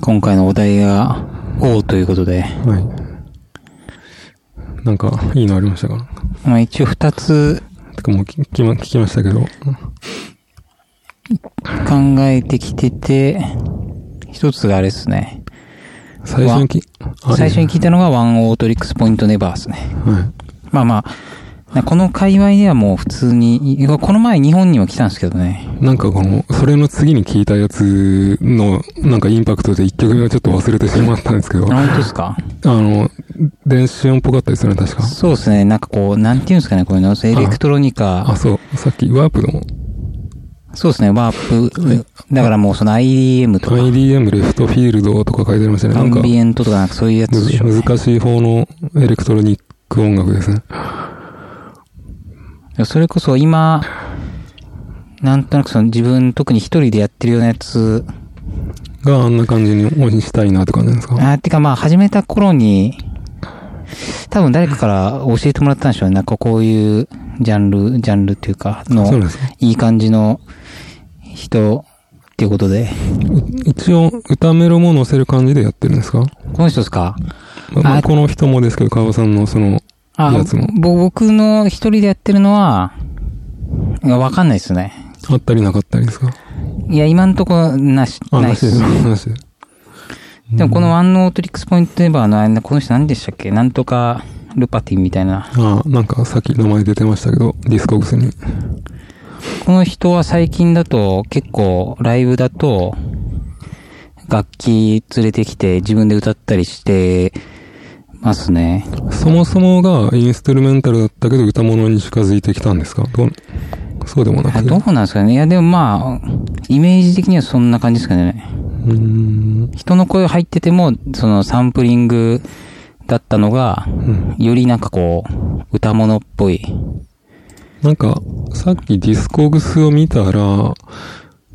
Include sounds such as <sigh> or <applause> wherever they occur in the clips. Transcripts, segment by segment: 今回のお題が、O ということで、はい。なんか、いいのありましたかまあ一応二つてかもう聞きま、聞きましたけど。考えてきてて、一つがあれですね。最初にき、あ最初に聞いたのがワンオートリックスポイントネバーですね。はまあまあ、なこの界隈ではもう普通に、いこの前日本にも来たんですけどね。い。なんかこの、それの次に聞いたやつの、なんかインパクトで一曲目をちょっと忘れてしまったんですけど、ああ本当ですかの、電子音っぽかったですよね、確か。そうですね。なんかこう、なんていうんですかね、こういうの。エレクトロニカあ、。そう。さっき、ワープのそうですね、ワープ。だからもうその IDM とか、 IDM レフトフィールドとか書いてありましたね。アなんかン、ビエントとかなんかそういうやつでしょうむずね。難しい方のエレクトロニック音楽ですね。それこそ今、なんとなくその自分特に一人でやってるようなやつ、があんな感じに応援したいなって感じなんですかあーてかまあ始めた頃に、多分誰かから教えてもらったんでしょうね。なんかこういうジャンル、ジャンルっていうか、そうの、なんですかいい感じの人っていうことで。一応、歌メロも載せる感じでやってるんですかこの人ですかまあまああこの人もですけど、川尾さんのその、あやつもぼ僕の一人でやってるのは、いやわかんないですね。あったりなかったりですかいや、今んとこなし、あないっなしですす。。なしです。でもこのワンノートリックスポイントエバーの間、この人何でしたっけなんとか、ルパティみたいな。ああ、なんかさっき名前出てましたけど、ディスコグスに。この人は最近だと結構ライブだと楽器連れてきて自分で歌ったりしてますね。そもそもがインストゥルメンタルだったけど、歌物に近づいてきたんですかどうそうでもなあくて。どううなんですかねいやでもまあ、イメージ的にはそんな感じですかね。ーん。人の声入っててもそのサンプリングだったのがんよりなんかこう歌物っぽい。なんか、さっきディスコグスを見たら、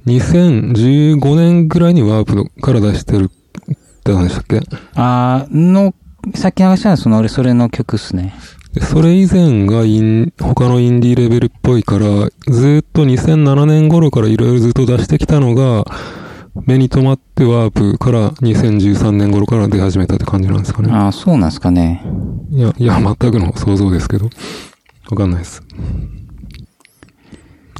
2015年ぐらいにワープから出してるって何でしたっけあーの、さっき流したのはその俺それの曲っすね。でそれ以前がイン、他のインディーレベルっぽいから、ずっと2007年頃からいろいろずっと出してきたのが、目に留まってワープから2013年頃から出始めたって感じなんですかね。あーそうなんですかね。いや、いや、全くの想像ですけど。わかんないです。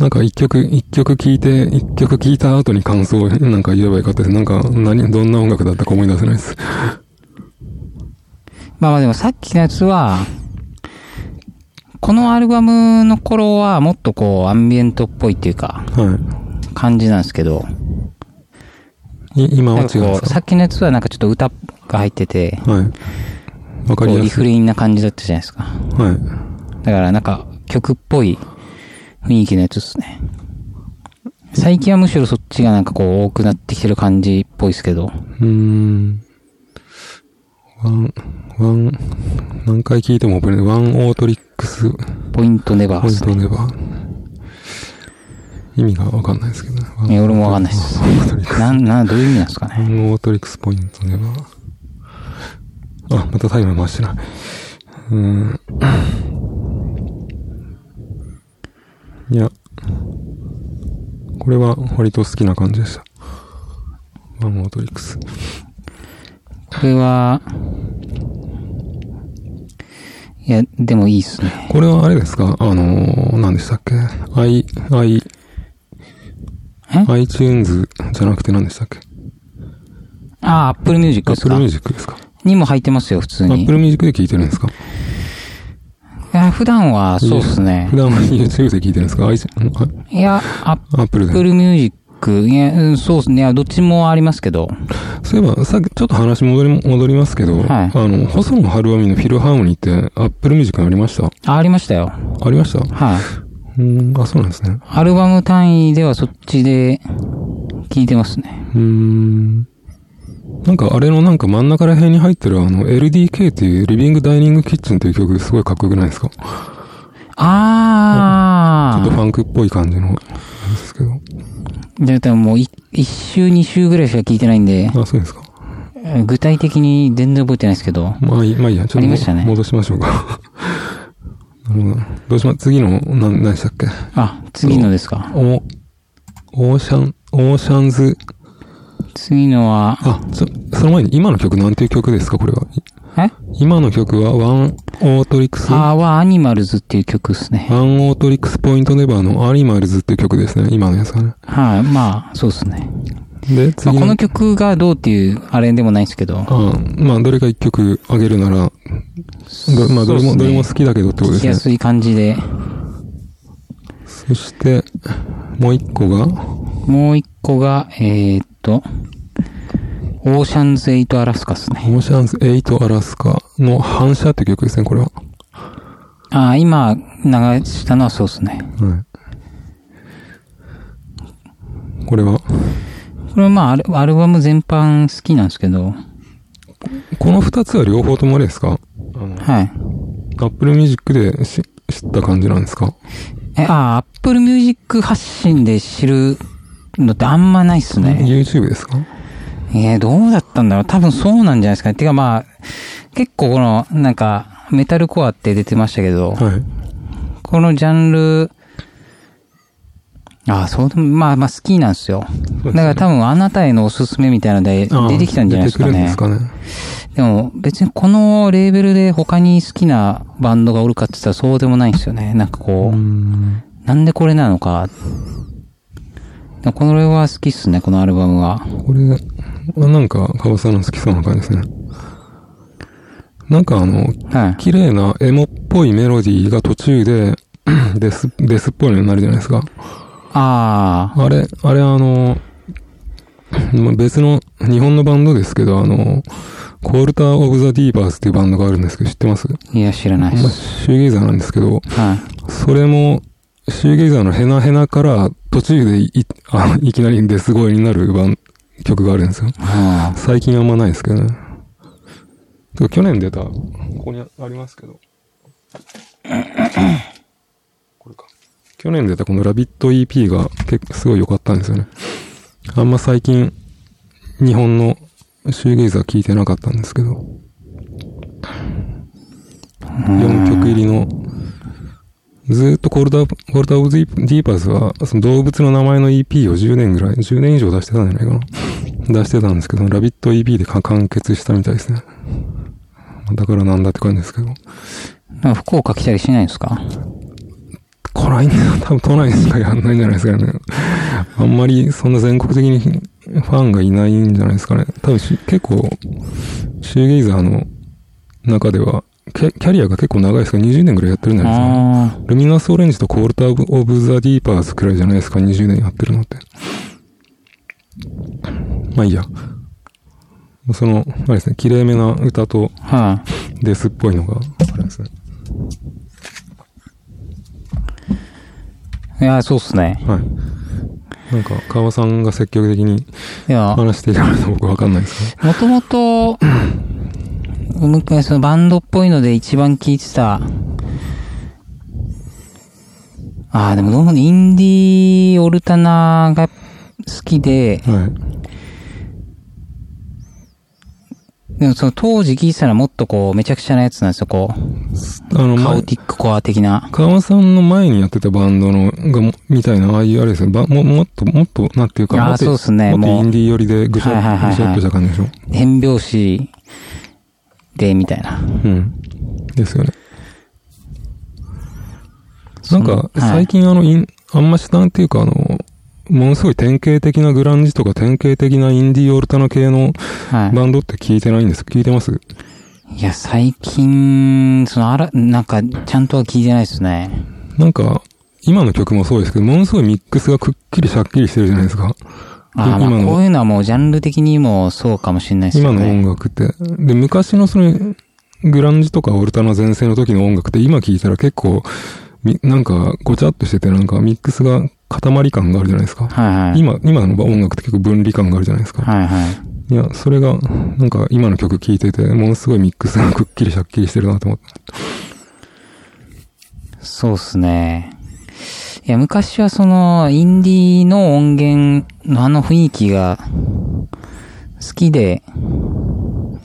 なんか一曲、一曲聴いて、一曲聴いた後に感想をなんか言えばよかったです。なんか何、どんな音楽だったか思い出せないです。まあまあでもさっきのやつは、このアルバムの頃はもっとこうアンビエントっぽいっていうかは感じなんですけど、い。い今なは違んかこうんでうすさっきのやつはなんかちょっと歌が入ってて、かはい。わこかりうやリすフい。レインな感じだったじゃないですか。はい。だからなんか曲っぽい雰囲気のやつですね。最近はむしろそっちがなんかこう多くなってきてる感じっぽいですけど、うーん。ワン、ワン、何回聞いても覚えない。ワンオートリックス、ポポイントネバーでインすトね。ネバ意味がわかんないですけどね。ワンいや俺もわかんないですワンオートリックス。なん、なん、どういう意味なんですかワね。ンオートリックスポイントネバあ、またタイマー回してない。うーん。いや、これは割と好きな感じでした。ワンオートリックス。これは、いや、でもいいっすね。これはあれですかあのー、何でしたっけ ?i、i、え iTunes じゃなくて何でしたっけあ、アップルミュージックです ?Apple か Music ですかにも入ってますよ、普通に。 ?Apple Music で聴いてるんですかいや普段は、そうっすね普。段は YouTube で聴いてるんですか ?iTunes、いや、アッ Apple プで。ルミュージック、いや、うんそうっすね。いやどっちもありますけど。そういえば、さっきちょっと話戻り、戻りますけど、はいあの、細野晴臣のフィルハーモニーって Apple Music にありましたあ、ありましたよ。ありましたはい。うーん、あ、そうなんですね。アルバム単位ではそっちで、聴いてますね。うーん。なんかあれのなんか真ん中ら辺に入ってるあの LDK っていうリビングダイニングキッチンっていう曲すごいかっこよくないですかちょっあとフー。ァンクっぽい感じのですけど。じゃあ多分もうい、一週、二週ぐらいしか聞いてないんで、あ、そうですか。具体的に全然覚えてないですけど。まあいい、まあいいや。ちょあっりとましたも、ね戻しましょうか。 <laughs> なるほど。どうしま、次の、な、何でしたっけあ、次のですか。お、オーシャン、オーシャンズ、次のは、あ、そ、その前に、今の曲なんていう曲ですかこれは。え今の曲は、ワンオートリックスあーはアニマルズっていう曲ですね。ワンオートリックスポイントネバーのアニマルズっていう曲ですね。今のやつはね。はい、まあ、そうですね。で、まあ次このの曲がどうっていう、あれでもないんですけど。あまあ、どれか一曲あげるなら、どまあ、そどれも、うっすねどれも好きだけどってこと聞できやすね。すい感じで。そして、もう一個が、もう一個が、えーっと、オーシャンズエイトアラスカですね。オーシャンズ8アラスカの反射っていう曲ですね、これは。ああ、今、流したのはそうですね。はい。これは、これはまあアル、アルバム全般好きなんですけど、この二つは両方ともあれですかあの、はい。 Apple Music でし知った感じなんですかえ、ああ、Apple Music 発信で知るのってあんまないっすね。 YouTube ですかえーどうだったんだろう多分そうなんじゃないですかね。てかまあ、結構この、なんか、メタルコアって出てましたけど、はい。このジャンル、ああ、そうでも、まあまあ好きなんですよ。だから多分あなたへのおすすめみたいなのであー出てきたんじゃないですか出てね。くるんですかね。でも別にこのレーベルで他に好きなバンドがおるかって言ったらそうでもないんですよね。なんかこう、うんなんでこれなのか。でもこのれは好きっすね、このアルバムは。これ、あなんか、かぼさんの好きそうな感じですね。なんかあの、はい。綺麗なエモっぽいメロディーが途中で、 <coughs> デス、デスっぽいのになるじゃないですか。ああれ、あれあの、ま別の日本のバンドですけど、あの、コールター・オブ・ザ・ディーバースっていうバンドがあるんですけど、知ってますあ、いや知らないっまあ、す。シューゲイザーなんですけど、はい。それも、シューゲイザーのヘナヘナから途中でい、あのいきなりデス声になるバン曲があるんですよ。は最近あんまないですけどね。てか去年出た、ここにありますけど。これか。去年出たこのラビット EP が結構すごい良かったんですよね。あんま最近、日本のシューゲイザー聞いてなかったんですけど。4曲入りの、ずーっとコールダー、コールダーオブディーパーズは、その動物の名前の EP を10年ぐらい、10年以上出してたんじゃないかな。出してたんですけど、ラビット EP でか完結したみたいですね。だからなんだって感じですけど。い。なんか福岡来たりしないんですか来ないんだよ。多分都内しかやんないんじゃないですかね。あんまりそんな全国的にファンがいないんじゃないですかね。多分し結構、シューゲイザーの中では、キャキャリアが結構長いですから20年ぐらいやってるんじゃないですかね。あルミナスオレンジとコールターオブザディーパーズくらいじゃないですか、20年やってるのって。まあいいや。その、あれですね、綺麗めな歌とあ、はデスっぽいのが、あれですね。い。いや、そうっすね。はい。なんか、川さんが積極的にいや、話していかないと僕わかんないですもともと、昔そのバンドっぽいので一番聴いてた、ああ、でもどうもねインディーオルタナが好きで、ね。はい。でもその当時聴いてたらもっとこう、めちゃくちゃなやつなんですよ、こう。あの、カまオ、ティックコア的な。川さんの前にやってたバンドの、がも、みたいな、ああいうあれですね、ばも、もっと、もっと、なんていうか、あーもっとそうっすねもっともうインディー寄りでぐしゃはいはいはいはいっ、ぐしゃっとした感じでしょ。変拍子で、みたいな。うん。ですよね。なんか、そのはい最近あの、インあんましなんていうかあの、ものすごい典型的なグランジとか典型的なインディーオルタナ系のはバンドって聞いてないんです。聞いてますい。いや、最近、その、あら、なんか、ちゃんとは聴いてないですね。なんか、今の曲もそうですけど、ものすごいミックスがくっきりしゃっきりしてるじゃないですか。ああ、ま今あ、のこういうのはもうジャンル的にもそうかもしれないですよ今ね。の音楽って。で、昔のその、グランジとかオルタナ前世の時の音楽って今聞いたら結構、みなんか、ごちゃっとしてて、なんかミックスが塊感があるじゃないですか。はいはい。今、今の音楽って結構分離感があるじゃないですか。はいはい。いや、それが、なんか今の曲聴いてて、ものすごいミックスがくっ <laughs> きりしゃっきりしてるなと思って。そうっすね。いや、昔はその、インディーの音源のあの雰囲気が好きで、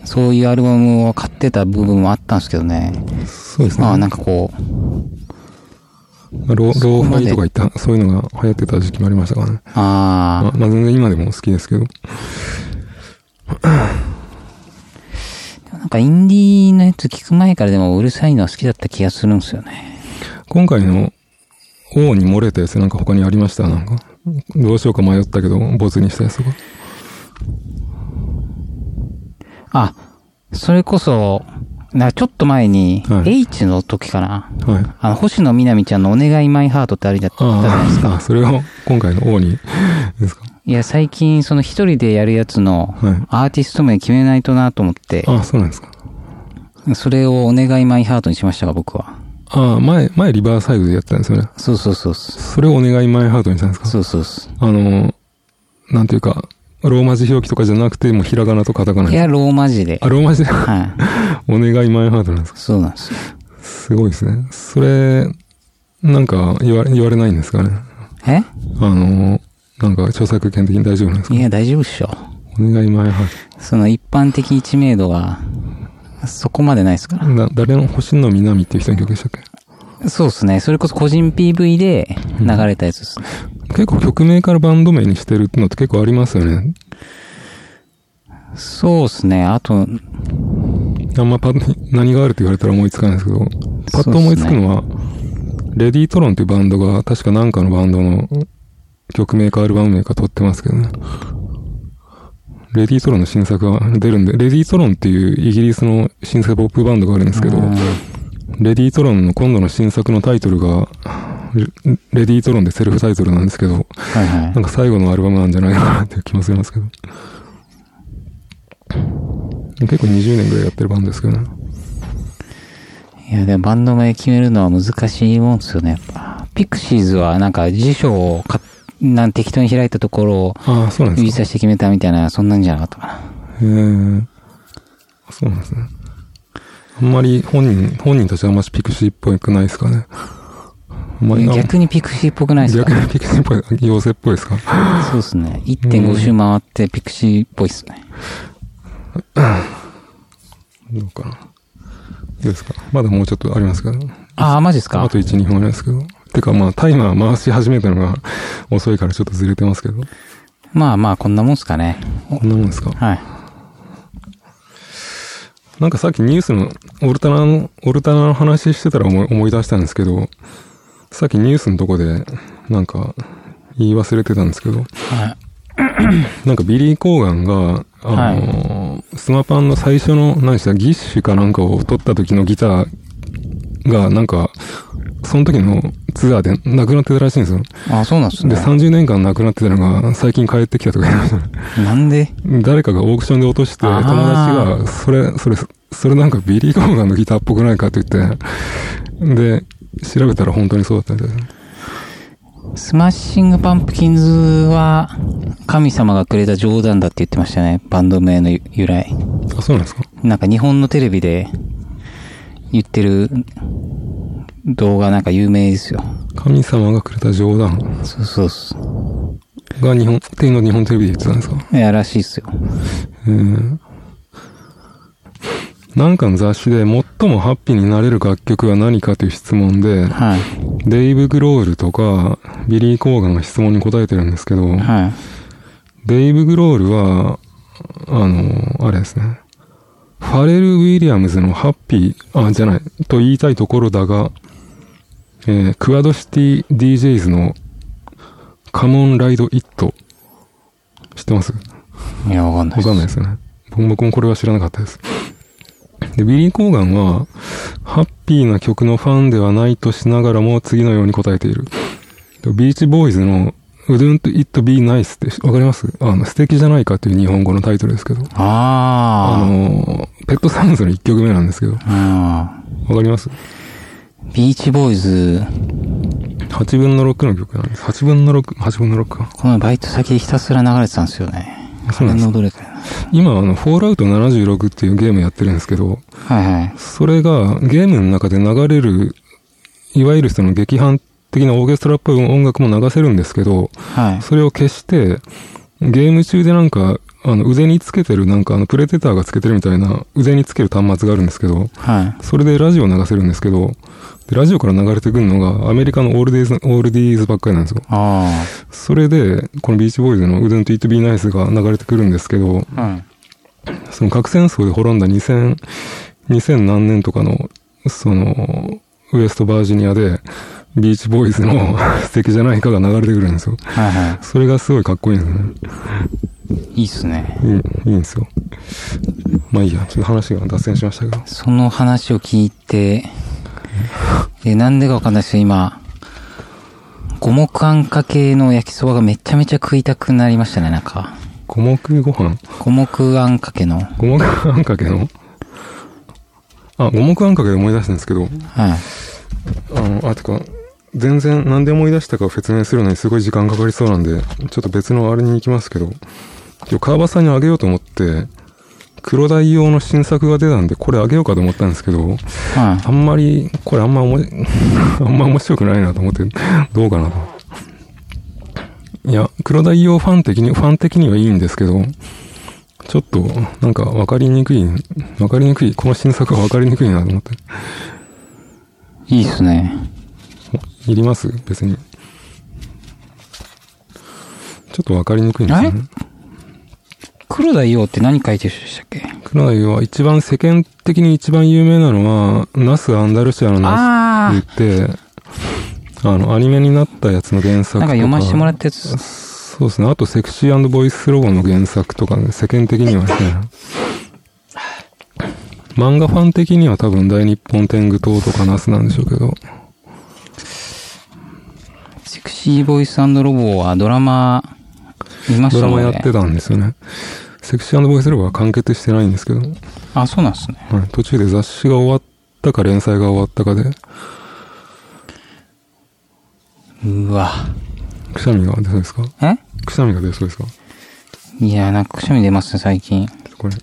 そういうアルバムを買ってた部分もあったんですけどね。そうですね。まあなんかこう、ロロそこーフまァでイとかいった、そういうのが流行ってた時期もありましたからね。あまあ、まあ全然今でも好きですけど。あ、かインディーのやつ聞く前からでもうるさいのは好きだった気がするんですよね。今回の王に漏れたやつなんか他にありましたなんか。どうしようか迷ったけど、ボツにしたやつとか。あ、それこそ、なちょっと前に、はい H の時かな。はい。あの、星野みなみちゃんのお願いマイハートってあれだったじゃないですあか。あ、それを今回の王にですか。いや、最近その一人でやるやつのはい。アーティスト名決めないとなと思って、ああ、そうなんですか。それをお願いマイハートにしましたが、僕は。ああ、前、前リバーサイドでやったんですよね。そうそうそうそう。それをお願いマイハートにしたんですかそうそうそあの、なんていうか、ローマ字表記とかじゃなくて、もうひらがなとカタカナう。いに。や、ローマ字であ、。ローマ字 <laughs> ではい。お願いマイハートなんですかそうなんですよ。すごいですね。それ、なんか言われ、言われないんですかね。えあの、なんか著作権的に大丈夫なんですかいや、大丈夫っしょ。お願いマイハーその一般的知名度が、そこまでないですかト。な、誰の星野みなみっていう人の曲でしたっけら。そうですね。それこそ個人 PV で流れたやつですね。結構曲名からバンド名にしてるのって結構ありますよね。そうですね。あと、あんまパッと何があるって言われたら思いつかないですけど、パッと思いつくのは、レディートロンっていうバンドが、確かなんかのバンドの曲名かアルバム名か撮ってますけどね。レディートロンの新作が出るんで、レディートロンっていうイギリスの新作ポップバンドがあるんですけどう、んレディートロンの今度の新作のタイトルが、レレディートロンでセルフタイトルなんですけど、はいはいなん。か最後のアルバムなんじゃないかなっていう気もしますけど。結構20年ぐらいやってるバンドですけどね。いや、でもバンド名決めるのは難しいもんですよね、やっぱ。ピクシーズはなんか辞書をか、なん適当に開いたところをああ、そうなんで指す差か。して決めたみたいな、そんなんじゃなかったかな。へえ。そうなんですね。あんまり本人、本人たちはあんましピクシーっぽくないですかね。あんまりいなや逆にピクシーっぽくないです逆かにピクシーっぽい、妖精っぽいですか。そうですね。1.5周回ってピクシーっぽいっすね。どうかな。どうですか。まだもうちょっとありますけど。ああ、マジですあかと1、2本ありますけど。てかまあタイマー回し始めたのが遅いからちょっとずれてますけど。まあまあ、こんなもんっすかね。こんなもんですか。はい。なんかさっきニュースのオルタナの、オルタナの話してたら思い思い出したんですけど、さっきニュースのとこで、なんか、言い忘れてたんですけど、はい。なんかビリー・コーガンが、あの、スマパンの最初の、何でした、ギッシュかなんかを取った時のギターが、なんか、その時のツアーでなくなってたらしいんですよ。ああ、そうなんですで、ね。 30年間なくなってたのが、最近帰ってきたとか言いましたね。なんで誰かがオークションで落として、友あ達ーが、それ、それ、それなんかビリー・コーガンのギターっぽくないかって言って、で、調べたら本当にそうだったみたいですね。スマッシングパンプキンズは、神様がくれた冗談だって言ってましたね。バンド名の由来。あ、そうなんですかなんか日本のテレビで言ってる動画なんか有名ですよ。神様がくれた冗談そうそうそが日本、っていうのを日本テレビで言ってたんですかう。いや、らしいっすよ。えーなんかの雑誌で最もハッピーになれる楽曲は何かという質問で、はい。デイブ・グロールとか、ビリー・コーガンが質問に答えてるんですけど、はい。デイブ・グロールは、あの、あれですね。ファレル・ウィリアムズのハッピー、あ、じゃない、と言いたいところだが、えークワドシティ DJs のカモン・ライド・イット。知ってますいや、わかんないわっすかんないですよね。僕もこれは知らなかったです。で、ビリー・コーガンは、ハッピーな曲のファンではないとしながらも次のように答えている。とビーチボーイズの Wouldn't It Be Nice ってしわかりますあの、素敵じゃないかという日本語のタイトルですけど。ああの、ペットサウンズの1曲目なんですけど。わかあ。りますうん。ビーチボーイズ、 ?8 分の6の曲なんです。8分の6、8分の6か。このバイト先でひたすら流れてたんですよね。そ金うなんですのどれかやな。今、あの、フォールアウト76っていうゲームやってるんですけど、はいはい。それがゲームの中で流れる、いわゆるその劇伴的なオーケストラっぽい音楽も流せるんですけど、はい。それを消して、ゲーム中でなんか、あの、腕につけてる、なんかあの、プレデターがつけてるみたいな、腕につける端末があるんですけど、はい。それでラジオ流せるんですけど、でラジオから流れてくるのが、アメリカのオールディーズ、オールディーズばっかりなんですよ。あそれで、このビーチボーイズの Wouldn't It Be Nice が流れてくるんですけど、あ。うん。その核戦争で滅んだ2000、2000何年とかの、その、ウエストバージニアで、ビーチボーイズの <laughs> 素敵じゃないかが流れてくるんですよ。はいはそれがすごいかっこいいんですね。い。いいっすね。いい、いいんですよ。まあいいや、ちょっと話が脱線しましたけど。その話を聞いて、で、なんでかわかんないですけど、今、五目あんかけの焼きそばがめちゃめちゃ食いたくなりましたね、なんか。五目ご飯五目あんかけの。はい。五目あんかけのあ、五目あんかけで思い出したんですけど、あの、あ、てか、全然何で思い出したか説明するのにすごい時間かかりそうなんで、ちょっと別のあれに行きますけど、今日川端さんにあげようと思って、黒鯛用の新作が出たんで、これあげようかと思ったんですけど、あはんまり、これあんまおも <laughs> あんま面白くないなと思って、どうかなと。いや、黒鯛用ファン的に、ファン的にはいいんですけど、ちょっと、なんか分かりにくい、分かりにくい、この新作は分かりにくいなと思って。い。いいっすね。いります別に。ちょっと分かりにくいんですよね。黒田洋って何書いてる人でしたっけ黒鯛は一番世間的に一番有名なのは、ナス・アンダルシアのナスああって言って、あの、アニメになったやつの原作となんか。か読ませてもらったやつっす。そうですね。あと、セクシーボイスロゴの原作とかね、世間的 <laughs> にはね。漫画ファン的には多分、大日本天狗党とかナスなんでしょうけど。セクシーボイスロボはドラマ、見ましドたラもんマね。やってたんですよね。セクシーボイスロゴは完結してないんですけど、はい、あ、そうなんですね。途中で雑誌が終わったか連載が終わったかで、うわ。くしゃみが出そうですかえくしゃみが出そうですかいや、なんかくしゃみ出ますね、最近。これ。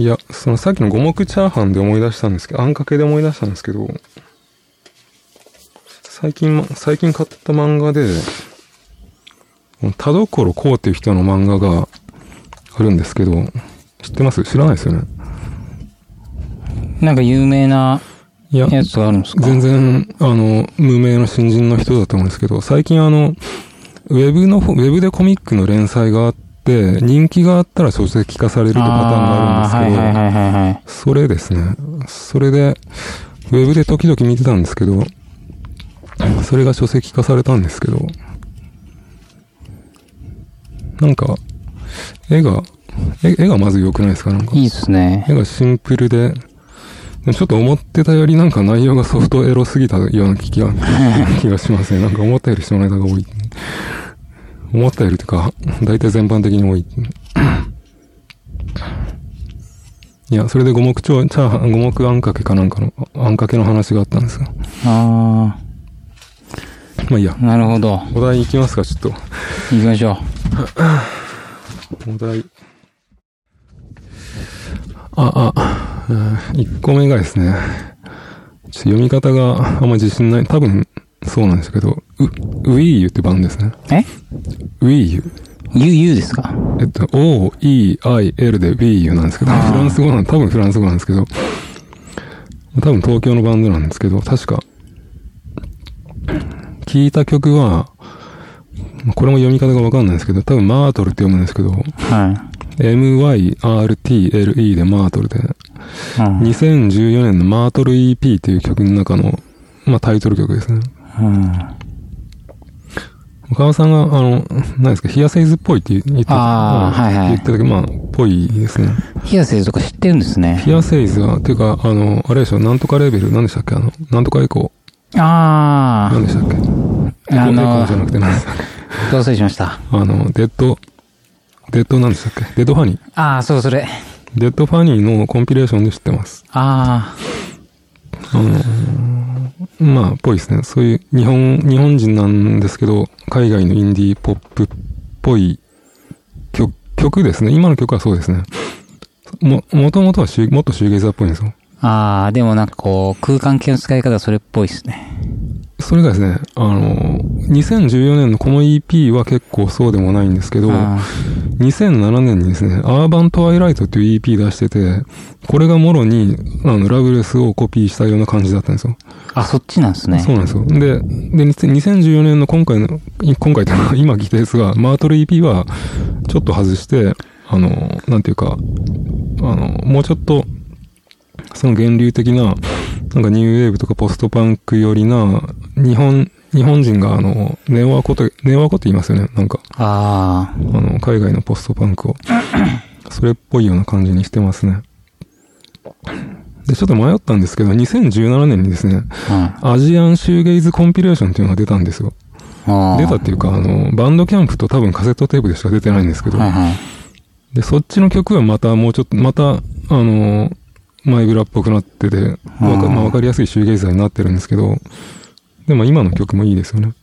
いや、そのさっきの五目チャーハンで思い出したんですけど、あんかけで思い出したんですけど、最近ま、最近買った漫画で、田所こうっていう人の漫画があるんですけど、知ってます知らないですよね。なんか有名ないや、やつがあるんですか全然、あの、無名の新人の人だと思うんですけど、最近あの、ウェブの、ウェブでコミックの連載があって、人気があったら小説聞かされるパターンがあるんですけど、あーはいはいはいはいはい。それですね。それで、ウェブで時々見てたんですけど、それが書籍化されたんですけど、なんか、絵が、絵絵がまず良くないですかなんか。いいっすね絵。がシンプルで、でもちょっと思ってたよりなんか内容がソフトエロすぎたような気が、気がしますね。なんか思ったより下ネタが多い。思ったよりというか、大体全般的に多い。いや、それで五目チョウチャーハン、五目あんかけかなんかの、あんかけの話があったんですが。あまあいいやあ、。なるほど。お題いきますか、ちょっと。行きましょお題。あ、あ、え1個目がですね、ちょっと読み方があんま自信ない。多分、そうなんですけど、ウ、ウィーユって番ですね。う。えウィーユ。ゆ、ゆうですかえっと、O, E, I, L で B U なんですけど、あーフランス語なん、多分フランス語なんですけど、多分東京のバンドなんですけど、確か、聞いた曲は、これも読み方がわかんないんですけど、多分マートルって読むんですけど、は MYRTLE でマートルで、い。うん。 2014年のマートル EP っていう曲の中の、まあタイトル曲ですね。うん、岡尾さんが、あの、何ですか、ヒアセイズっぽいって言ってあーうんはいはい言ってたけど、まあ、ぽいですね。ヒヤセイとか知ってるんですね。ヒアセイズは、っていうか、あの、あれでしょ、なんとかレーベル、何でしたっけあの、なんとかエコー、あ何でしたっけエコあ、あエコのーじゃ、なくて何でしたっけどうせしました。あの、デッド、デッド何でしたっけデッドファニー。ああ、そうそれ。デッドファニーのコンピレーションで知ってます。ああのーまあ、ぽいですね。そういう、日本、日本人なんですけど、海外のインディーポップっぽい曲、曲ですね。今の曲はそうですね。も、もともとはシュもっとシューゲイザーっぽいんですよ。あ、ああ、でもなんかこう、空間系の使い方はそれっぽいですね。それがですね、あのー、2014年のこの EP は結構そうでもないんですけど、あ2007年にですね、アーバントワイライトっていう EP 出してて、これがもろに、あの、ラブレスをコピーしたような感じだったんですよ。ーあ、そっちなんですね。そうなんですよ。で、で、2014年の今回の、い今回というか、今来たやつが、マートル EP は、ちょっと外して、あの、なんていうか、あの、もうちょっと、その源流的な、なんかニューウェーブとかポストパンクよりな、日本、日本人があの、ネオアコと、ネオアコって言いますよね、なんか。ああの、海外のポストパンクを。それっぽいような感じにしてますね。で、ちょっと迷ったんですけど、2017年にですね、あ、はい。アジアンシューゲイズコンピレーションっていうのが出たんですよ。ああ。出たっていうか、あの、バンドキャンプと多分カセットテープでしか出てないんですけど、はいはい。で、そっちの曲はまたもうちょっと、また、あの、マイブラっぽくなってて、わか,、うんまあ、わかりやすいシューゲイザーになってるんですけど、でも今の曲もいいですよね。っ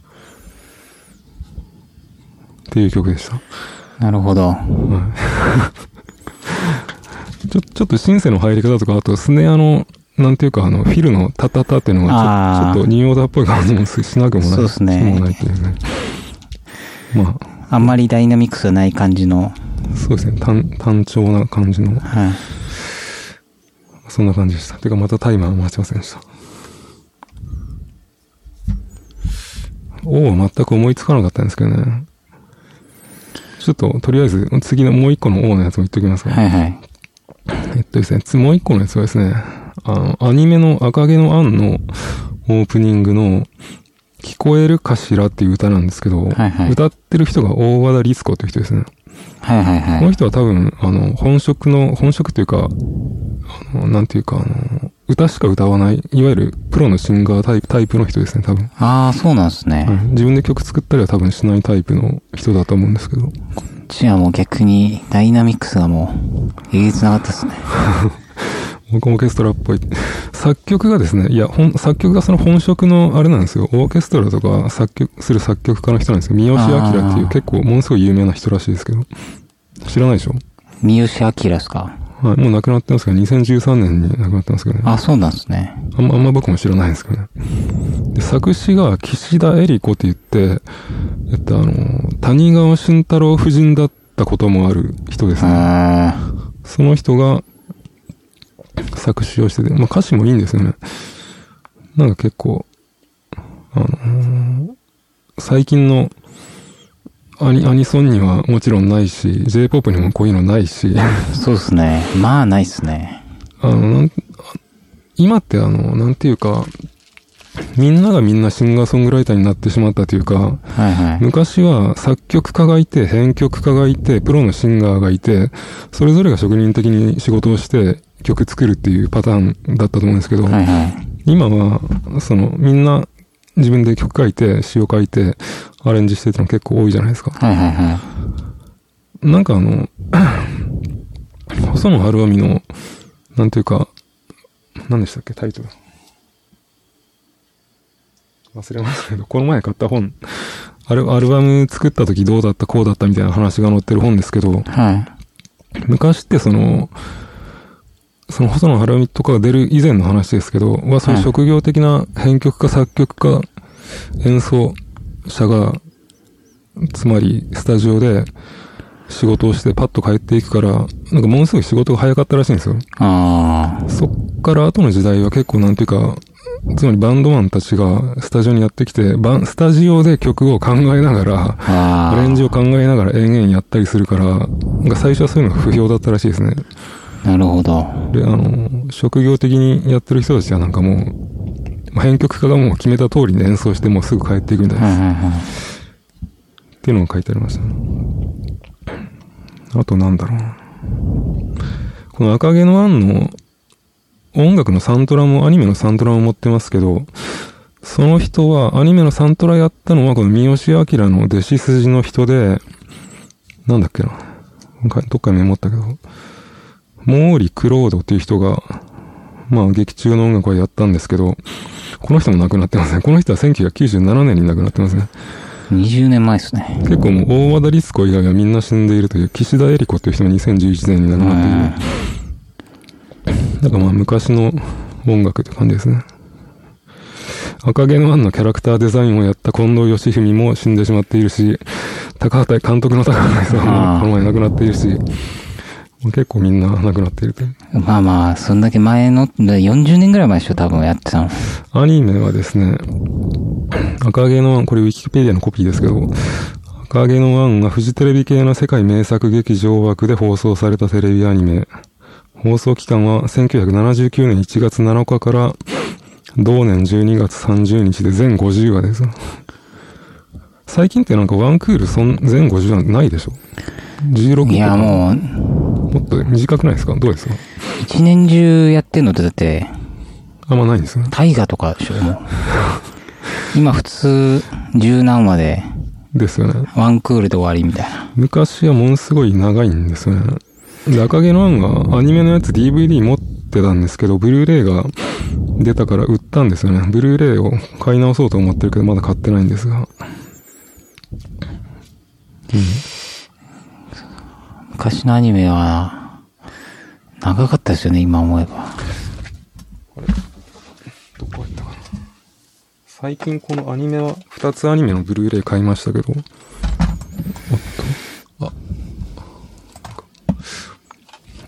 ていう曲でした。なるほど。はい。ちょ、ちょっとシンセの入り方とか、あとスネアの、なんていうか、あの、フィルのタタタっていうのがちょ、あーちょっとニューオーダーっぽい感じもししなくもない。そうですねしもないっていうね。まあんまりダイナミックスがない感じの、あ、そうですね。単、単調な感じの、はい。そんな感じでした。てか、またタイマー回しませんでした。おお、全く思いつかなかったんですけどね。ちょっと、とりあえず、次のもう一個の王のやつも言っときますか。はいはい。えっとですね、つもう一個のやつはですね、あの、アニメの赤毛のアンのオープニングの、聞こえるかしらっていう歌なんですけど、はいはい歌ってる人が大和田律子という人ですね。はいはいはこのい。人は多分、あの、本職の、本職というか、あの、なんていうか、あの、歌しか歌わない、いわゆるプロのシンガータイプタイプの人ですね、多分。ああ、そうなんですね。うん自分で曲作ったりは多分しないタイプの人だと思うんですけど。こっちはもう逆にダイナミックスがもう、えげつなかったですね。僕オーケストラっぽい。 <laughs> 作曲がですね、いや、本作曲がその本職のあれなんですよ。オーケストラとか作曲する作曲家の人なんですよ。三好明っていあうー結構ものすごい有名な人らしいですけど。知らないでしょ三好明ですか。はい、もう亡くなってますけど、2013年に亡くなってますけどね。あ、そうなんですね。あんま、あんま僕も知らないんですけどね。で、作詞が岸田恵理子って言って、えっと、あの、谷川俊太郎夫人だったこともある人ですね。あその人が作詞をしてて、まあ歌詞もいいんですよね。なんか結構、あのー最近のアニアニソンにはもちろんないし、J-POP にもこういうのないし、あ、そうですね。まあ、ないっすね。あの、なん、今ってあの、なんていうか、みんながみんなシンガーソングライターになってしまったというか、はいはい。昔は作曲家がいて、編曲家がいて、プロのシンガーがいて、それぞれが職人的に仕事をして曲作るっていうパターンだったと思うんですけど、はいはい。今は、その、みんな自分で曲書いて、詞を書いて、アレンジしてっての結構多いじゃないですか。はいはいはい。なんかあの、 <clears throat> 細野晴臣の、なんていうか、何でしたっけ、タイトル。忘れましたけど、この前買った本、アルアルバム作った時どうだった、こうだったみたいな話が載ってる本ですけど、はい。昔ってその、その細野晴臣とかが出る以前の話ですけど、はそういう職業的な編曲家、作曲家、演奏者が、つまりスタジオで仕事をしてパッと帰っていくから、なんかものすごい仕事が早かったらしいんですよ。ああ。そっから後の時代は結構なんていうか、つまりバンドマンたちがスタジオにやってきて、バンスタジオで曲を考えながら、ああ。アレンジを考えながら延々やったりするから、なんか最初はそういうのが不評だったらしいですね。なるほど。で、あの、職業的にやってる人たちはなんかもう、まあ編曲家がもう決めた通りに演奏してもうすぐ帰っていくみたいはいな、はいはい。っていうのが書いてありましたね、あとなんだろうな。この赤毛のアンの音楽のサントラも、アニメのサントラも持ってますけど、その人は、アニメのサントラやったのは、この三好明の弟子筋の人で、なんだっけな。なんかどっかにメモったけど、毛利クロードっていう人が、まあ劇中の音楽はやったんですけど、この人も亡くなってますね。この人は1997年に亡くなってますね。 20年前ですね。結構もう大和田律子以外はみんな死んでいるという、岸田恵理子という人も2011年に亡くなっている。だからまあ昔の音楽って感じですね。赤毛のアンのキャラクターデザインをやった近藤義文も死んでしまっているし、高畑、監督の高畑さんあーもこの前亡くなっているし、結構みんな亡くなっているという。うんまあまあ、そんだけ前の、40年ぐらい前でしょ、多分やってたの。アニメはですね、赤毛のアン、これウィキペディアのコピーですけど、影のワンがフジテレビ系の世界名作劇場枠で放送されたテレビアニメ。放送期間は1979年1月7日から同年12月30日で全50話です。最近ってなんかワンクールそん全50話ないでしょ ?16 話いや、もう、もっと短くないですかどうですか一年中やってんのってだって、あんまないんですね。大河とかでしょ、もう。 <laughs> 今普通、十何話で、ですよね。ワンクールで終わりみたいな。昔はものすごい長いんですよね。で、赤毛のアンがアニメのやつ DVD 持ってたんですけど、ブルーレイが出たから売ったんですよね。ブルーレイを買い直そうと思ってるけど、まだ買ってないんですが。昔のアニメは、長かったですよね、今思え <laughs> ば。どこ行ったかな。最近このアニメは、2つアニメのブルーレイ買いましたけど、おっと、あ、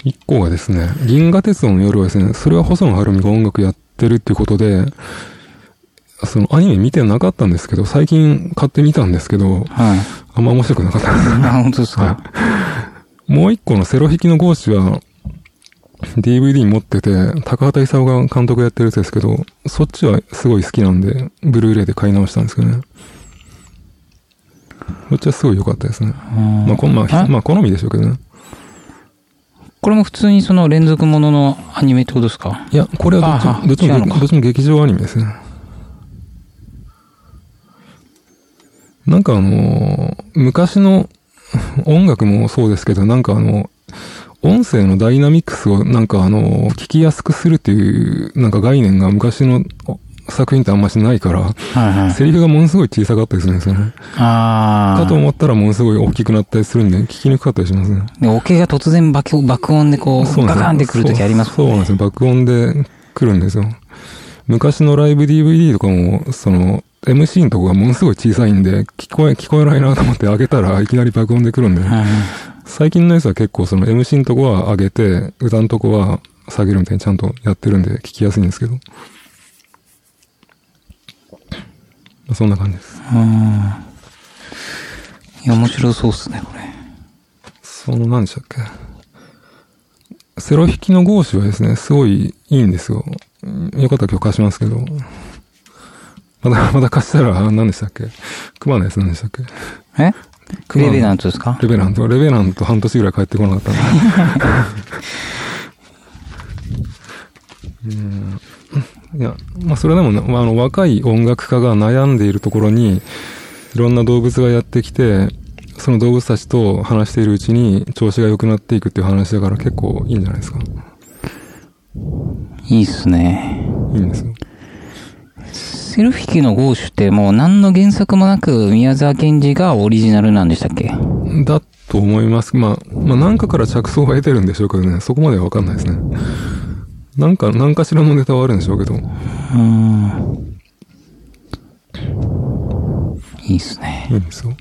1個がですね、銀河鉄道の夜はですね、それは細野晴臣が音楽やってるっていうことで、そのアニメ見てなかったんですけど、最近買ってみたんですけど、はい。あんま面白くなかったです。あ、本当ですか。もう一個のセロ引きのゴーシは、DVD 持ってて、高畑勲が監督やってるやつですけど、そっちはすごい好きなんで、ブルーレイで買い直したんですけどね。そっちはすごい良かったですね。うんまあ、こんまあ、ひまあ、好みでしょうけどね。これも普通にその連続もののアニメってことですかいや、これはどっちあもあ違うのどっちもかどっちも劇場アニメですね。なんかあのー昔の音楽もそうですけど、なんかあの、音声のダイナミックスをなんかあのー、聞きやすくするっていう、なんか概念が昔のお作品ってあんましないから、はいはい。セリフがものすごい小さかったりするんですよね。あかあ。と思ったらものすごい大きくなったりするんで、聞きにくかったりしますね。で、オケが突然爆爆音でこ、そううなガんですよガンってくるときありますそもうんそねうなんですよ。爆音で来るんですよ。昔のライブ DVD とかも、その、MC のとこがものすごい小さいんで、聞こえ、聞こえないなと思って上げたらいきなり爆音で来るんで、はいはい最近のやつは結構その MC のとこは上げて、歌のとこは下げるみたいにちゃんとやってるんで聞きやすいんですけど。そんな感じです。うん。いや、面白そうっすね、これ。その、何でしたっけ。セロ引きの合詞はですね、すごいいいんですよ。うんよかったら今日貸しますけど。まだ、 <laughs> まだ貸したら、あ何でしたっけ熊のやつ何でしたっけえ熊レのベナントですかレベラント、レベラント半年ぐらい帰ってこなかったんで。うんいや、まあそれでもね、まあ、あの若い音楽家が悩んでいるところに、いろんな動物がやってきて、その動物たちと話しているうちに調子が良くなっていくっていう話だから結構いいんじゃないですか。いいっすね。いいんですよ。セルフィキのゴーシュってもう何の原作もなく宮沢賢治がオリジナルなんでしたっけだと思います。まあ、まあ、なんかから着想は得てるんでしょうけどね、そこまではわかんないですね。なんか、なんかしらのネタはあるんでしょうけど。うん。いいっすね。いいんですよ。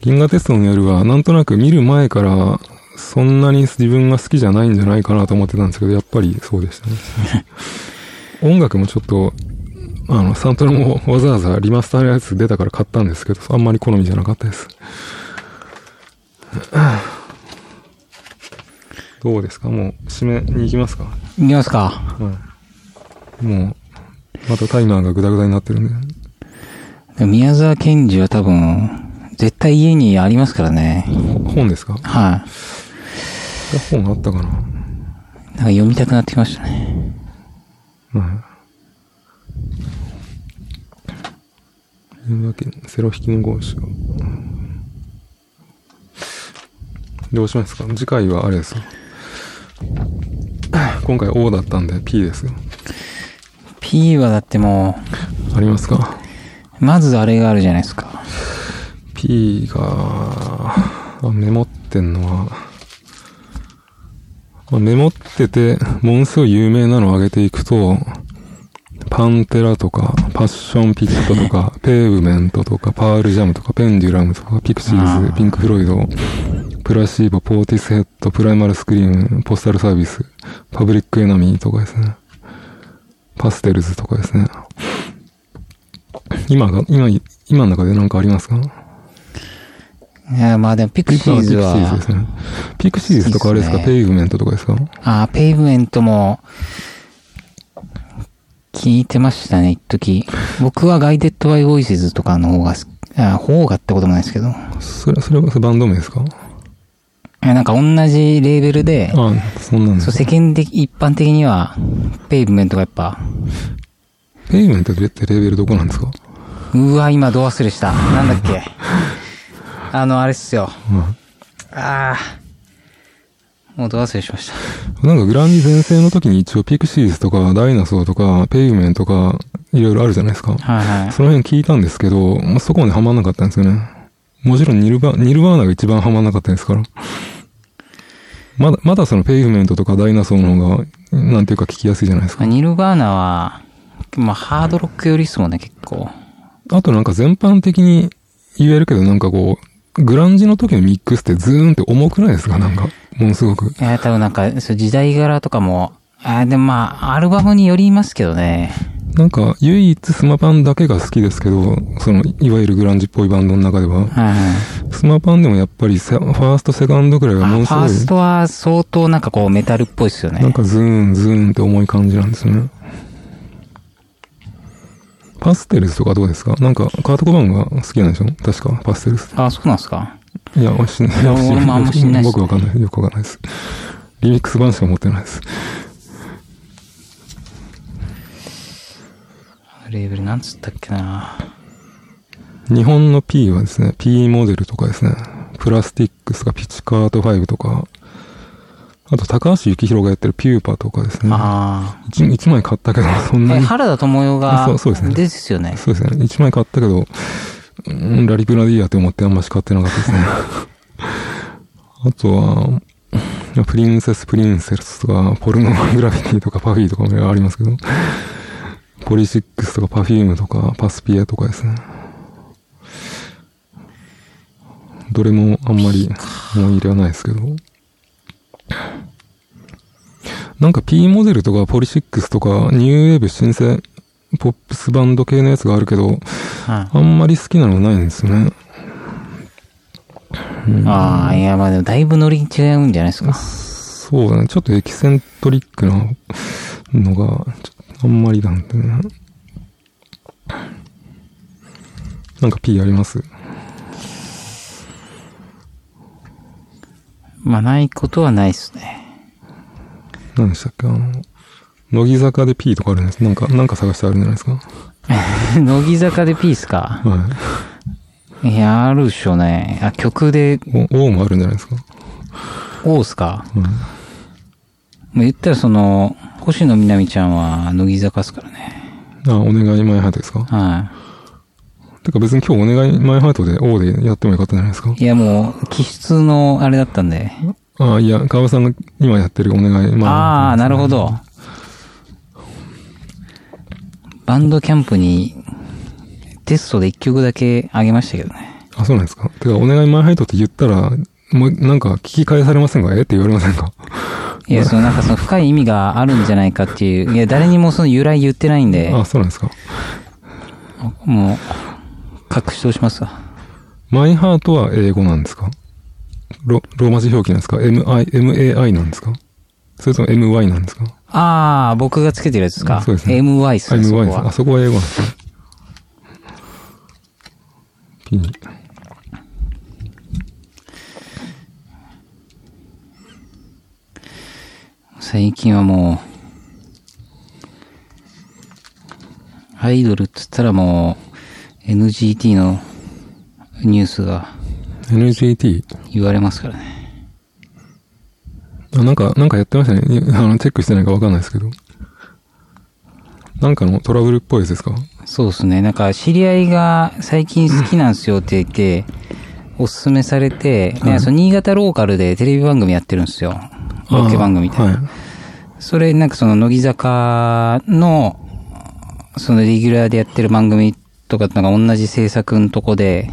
銀河鉄道の夜は、なんとなく見る前から、そんなに自分が好きじゃないんじゃないかなと思ってたんですけど、やっぱりそうでしたね。音楽もちょっと、あの、サントラもわざわざリマスターのやつ出たから買ったんですけど、あんまり好みじゃなかったです。 <sighs> どうですかもう、締めに行きますかいきますか。はい。もう、またタイマーがグダグダになってるんで。でも宮沢賢治は多分、絶対家にありますからね。ほ本ですかはい、本あったかななんか読みたくなってきましたね。はい。というわけでセロ引きの合詞を。どうしますか次回はあれですよ。今回 O だったんで P ですよ。 P はだってもありますかう、まずあれがあるじゃないですか。 ?P が、あメモってんのは、まあメモってて、ものすごい有名なのを上げていくと、パンテラとか、パッションピットとか、ペーブメントとか、パールジャムとか、ペンデュラムとか、ピクシーあズ、ーピンクフロイド、プラシーボ、ポーティスヘッド、プライマルスクリーム、ポスタルサービス、パブリックエナミーとかですね。パステルズとかですね。今が、今、今の中で何かありますかいや、まあでもピクシーズは、ピクシーズですね。ピクシーズとかあれですかいいっすねペイブメントとかですかああ、ペイブメントも、聞いてましたね、一時。僕はガイデッドバイボイスズとかの方が好き、あ方がってこともないですけど。いそれ、それはバンド名ですかやなんか同じレーベルで、あ、そんなんでそうす。世間的、一般的には、ペイブメントがやっぱ、ペイブメントってレベルどこなんですかうわ、今ど忘れした。なんだっけ。 <laughs> あの、あれっすよ。ああ。もうど忘れしました。なんかグラミー全盛の時に一応ピクシーズとかダイナソーとかペイブメントとかいろいろあるじゃないですか。はいはい。その辺聞いたんですけど、もうそこまでハマんなかったんですよね。もちろんニルバ、ニルバーナが一番ハマんなかったですから。まだ、まだそのペイフメントとかダイナソーの方が、なんていうか聞きやすいじゃないですまあか。ニルバーナは、まあ、ハードロックよりっすもんね、結構。あとなんか全般的に言えるけどなんかこう、グランジの時のミックスってズーンって重くないですかなんか、ものすごく。いや、多分なんか、そう時代柄とかも、あーでもまあ、アルバムによりますけどね。なんか唯一スマパンだけが好きですけど、その、いわゆるグランジっぽいバンドの中では。はいはい。スマパンでもやっぱりせファースト、セカンドくらいあがもフのすァごーいストは相当なんかこうメタルっぽいっすよね。なんかズーン、ズーンって重い感じなんですよね。パステルスとかどうですかなんか、カート・コバーンが好きなんでしょ確か、パステルス。あそうなんですかいや、知らないいや俺もあんま知んないっす僕わかんない。よくわかんないです。リミックス版しか持ってないです。レーベルなんつったっけな日本の P はですね、P モデルとかですね、プラスティックスとかピチカート5とか、あと高橋幸宏がやってるピューパとかですね。あ一一枚買ったけど、そんあ。なえ、に。原田智代が、そうそうですねですよね。そうですね。1枚買ったけど、うんラリプラでいいやって思ってあんまし買ってなかったですね。あとは、プリンセス・プリンセスとか、ポルノグラフィティとか、パフィーとかもありますけど、ポリシックスとか、パフュームとか、パスピエとかですね。どれもあんまり思い入れはないですけど。なんか P モデルとか、ポリシックスとか、ニューウェーブ新生、ポップスバンド系のやつがあるけど、はいあんまり好きなのないんですよね。ああ、いや、まあでもだいぶノリ違うんじゃないですか。そうだね。ちょっとエキセントリックなのが、ちょっとあんまりなんだよね。なんか P ありますまあないことはないっすね。 <laughs> 何でしたっけあの、乃木坂で P とかあるんです。なんか、なんか探してあるんじゃないですか乃木坂でピースか。はいや、あるっしょね。あ、曲で、い。お、O もあるんじゃないですかオースか。うん。まあ言ったらその、星野みなみちゃんは乃木坂っすからね。あ、お願いマイハートですかはてか別に今日お願いマイハートで O でやってもよかったんじゃないですかい。いやもう、気質のあれだったんで。あ、いや、川端さんが今やってるお願いマイハートですね。ああ、なるほど。バンドキャンプに、テストで一曲だけあげましたけどね。あ、そうなんですか。てか、お願いマイハイトって言ったら、もう、なんか、聞き返されませんかえって言われませんかいや、そのなんかその深い意味があるんじゃないかっていう。いや、誰にもその由来言ってないんで、あ、そうなんですか。もう、隠し通しますわ。マイハートは英語なんですかロ、ローマ字表記なんですか ?mi, mai なんですかそれとも my なんですかああ、僕がつけてるやつですか。そうですね MY っあすね、そこ ?my ですあ、は。そこは英語なんですね。P。最近はもう、アイドルっつったらもう、NGT のニュースが NGT。言われますからね。あ、なんか、なんかやってましたね。いやあの、チェックしてないかわかんないですけど。なんかのトラブルっぽいやつですかそうですね。なんか、知り合いが最近好きなんですよって言って、おすすめされて、ねその新潟ローカルでテレビ番組やってるんですよ。ロケ番組みたいな。な。はい。それ、なんかその、乃木坂の、そのレギュラーでやってる番組とかとなんか同じ制作のとこで、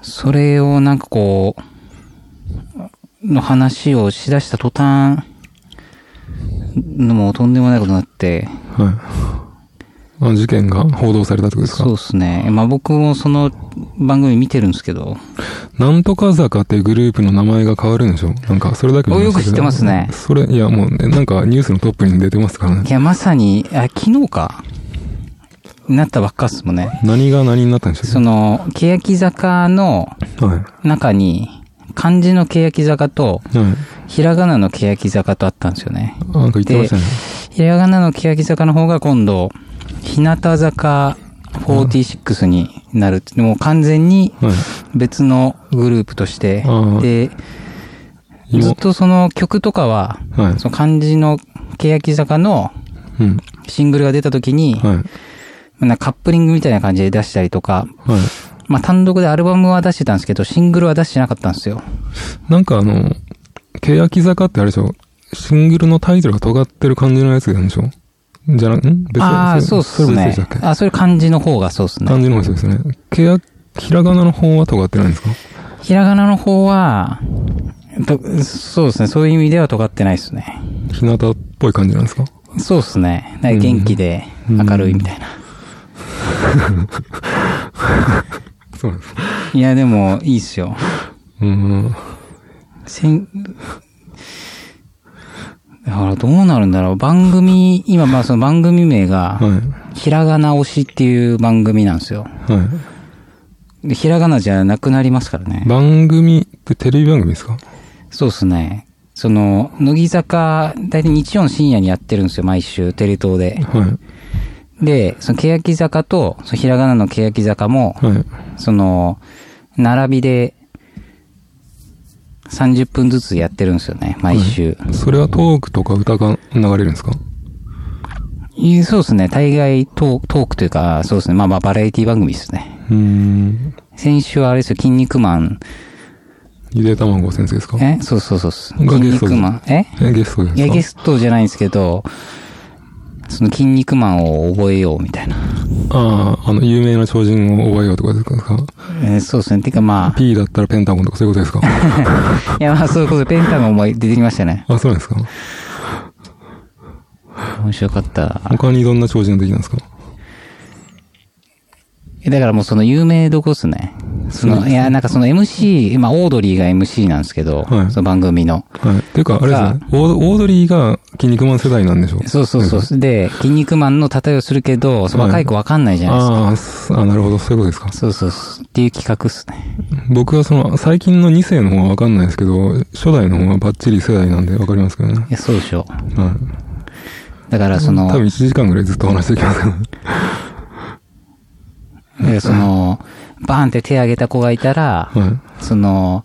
それをなんかこう、の話をしだした途端、のもうとんでもないことになって、はい。あの事件が報道されたってことですかそうですね。まあ僕もその番組見てるんですけど、なんとか坂ってグループの名前が変わるんでしょなんか、それだけ見ましたけどおよく知ってますねそれ、いや、もう、ね、なんかニュースのトップに出てますからね <laughs> い。や、まさに、あ、昨日か。なったばっかっすもんね。何が何になったんでしそょの、欅坂のうはい。は中に、漢字の欅坂と、い。ひらがなの欅坂とあったんですよね。なんか言ってましたね。ひらがなの欅坂の方が今度、日向坂46になるって、もう完全にはい。別のグループとしてああ、で、今ずっとその曲とかは、はい。その漢字の欅坂のうん。シングルが出た時に、はい。なんかカップリングみたいな感じで出したりとか、はい。まあ単独でアルバムは出してたんですけど、シングルは出してなかったんですよ。なんかあの、欅坂ってあれでしょシングルのタイトルが尖ってる感じのやつなんでしょじゃな、ん別ああ、そうっすれね別でしたっ。けあ、それ漢字の方がそうっすね漢。字の方ですよね。けや、ひらがなの方は尖ってないんですかひらがなの方は、とそうですね、そういう意味では尖ってないですね。日向っぽい感じなんですかそうですね。なんか元気でうん明るいみたいな。そうなんです。いや、でも、いいっすよ。うーん。せん、だからどうなるんだろう。番組、今まあその番組名が、はひらがな推しっていう番組なんですよ。い。はでひらがなじゃなくなりますからねい。。番組ってテレビ番組ですかそうですね。その、乃木坂、だいたい日曜の深夜にやってるんですよ、毎週、テレ東で。はで、その、欅坂と、そのひらがなの欅坂も、い。はい。その、並びで、30分ずつやってるんですよね、毎週。それはトークとか歌が流れるんですかいそうですね、大概トートークというか、そうですね、まあまあバラエティ番組ですね。うーん。先週はあれですよ、筋肉マン。ゆで卵先生ですかえそうそうそうそう。が筋ゲスト肉マン。ええ、ゲストですいかや、ゲストじゃないんですけど、その筋肉マンを覚えようみたいな。ああ、あの、有名な超人を覚えようとかですかえーそうですね。てかま ?P だったらペンタゴンとかそういうことですか <laughs> あ、いやまあそういうことでペンタゴンも出てきましたね。あ、そうなんですか面白かった。他にどんな超人ができたんですかえだからもうその有名どこっすね。その、いや、なんかその MC、まあオードリーが MC なんですけど、はいその番組の。はい。ていうか、あれですね。オードオードリーが筋肉マン世代なんでしょそうそうそう。で、筋肉マンの例えをするけど、その若い子わかんないじゃないですか。あーすあ、なるほど、そういうことですか。そうそうそう。っていう企画っすね。僕はその、最近の2世の方はわかんないですけど、初代の方はバッチリ世代なんでわかりますけどねい。や、そうでしょ。はい。だからそ多分の、 1時間ぐらいずっと話してきます <laughs> けどね。でその、バーンって手挙げた子がいたら、はい。その、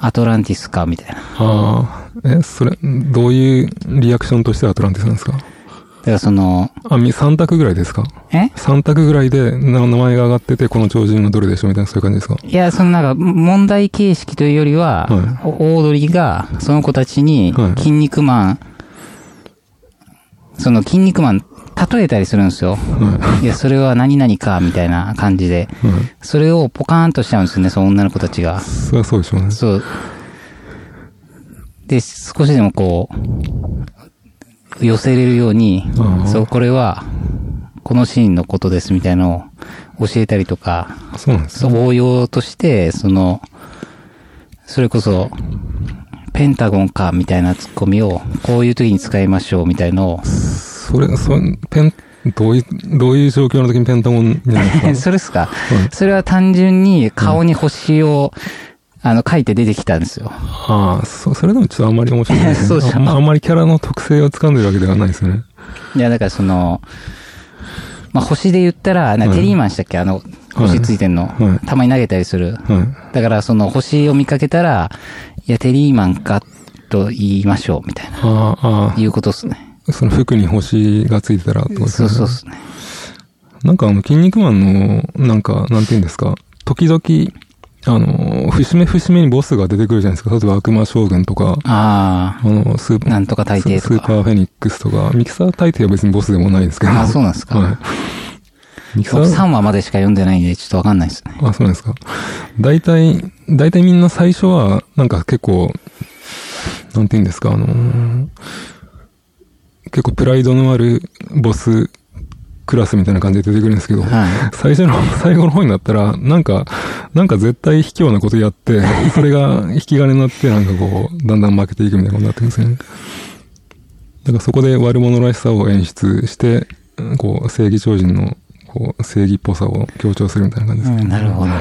アトランティスか、みたいな。だああ、え、それ、どういうリアクションとしてアトランティスなんですかからその、あ、み3択ぐらいですかえ3択ぐらいでな名前が上がってて、この超人のどれでしょうみたいな、そういう感じですかいや、そのなんか、問題形式というよりは、はオードリーが、その子たちには、い筋肉マン、その筋肉マン、例えたりするんです <laughs> よ。はいや、それは何々か、みたいな感じで。い。はい。それをポカーンとしちゃうんですよね、その女の子たちが。そりゃそうでしょうね。そう。で、少しでもこう、寄せれるようにあ、あそう、これは、このシーンのことです、みたいなのを教えたりとか、そうなんですそよ。う応用として、その、それこそ、ペンタゴンか、みたいなツッコミを、こういう時に使いましょう、みたい <laughs> のを、それ、それ、ペン、どういう、どういう状況の時にペンタゴンじゃないですそれっすか、 <laughs> それは単純に顔に星を、あの、書いて出てきたんですよ。か。ああ、そ、それでもちょっとあんまり面白くないです <laughs> ね。そうでしょあんまあんまりキャラの特性を掴んでるわけではないですね。いや、だからその、まあ、星で言ったら、なテリーマンしたっけ、あの、星ついてんの、はたまに投げたりする。はだからその星を見かけたら、いや、テリーマンか、と言いましょう、みたいい。な、ああ、あいうことっすね。あ、その服に星がついてたらってことですそね。うそうっすね。なんかあの、筋肉マンの、なんか、なんて言うんですか、時々、あの、節目節目にボスが出てくるじゃないですか。例えば悪魔将軍とか、ああの、スーあ、パー、なんとか大抵ススとーか。パーフェニックスとか、ミキサー大抵は別にボスでもないですけど。あそうなんですか。はい。ミキサ僕ー3話までしか読んでないんで、ちょっとわかんないですね。あ、そうなんですか。大体、大体みんな最初は、なんか結構、なんて言うんですか、あのー結構プライドのあるボスクラスみたいな感じで出てくるんですけど、は最初の、最後の方になったら、なんか、なんか絶対卑怯なことやって、それが引き金になって、なんかこう、だんだん負けていくみたいなことになってくるんですよね。だからそこで悪者らしさを演出して、うんこう、正義超人の、こう、正義っぽさを強調するみたいな感じい。ですうね。ん、なるほど。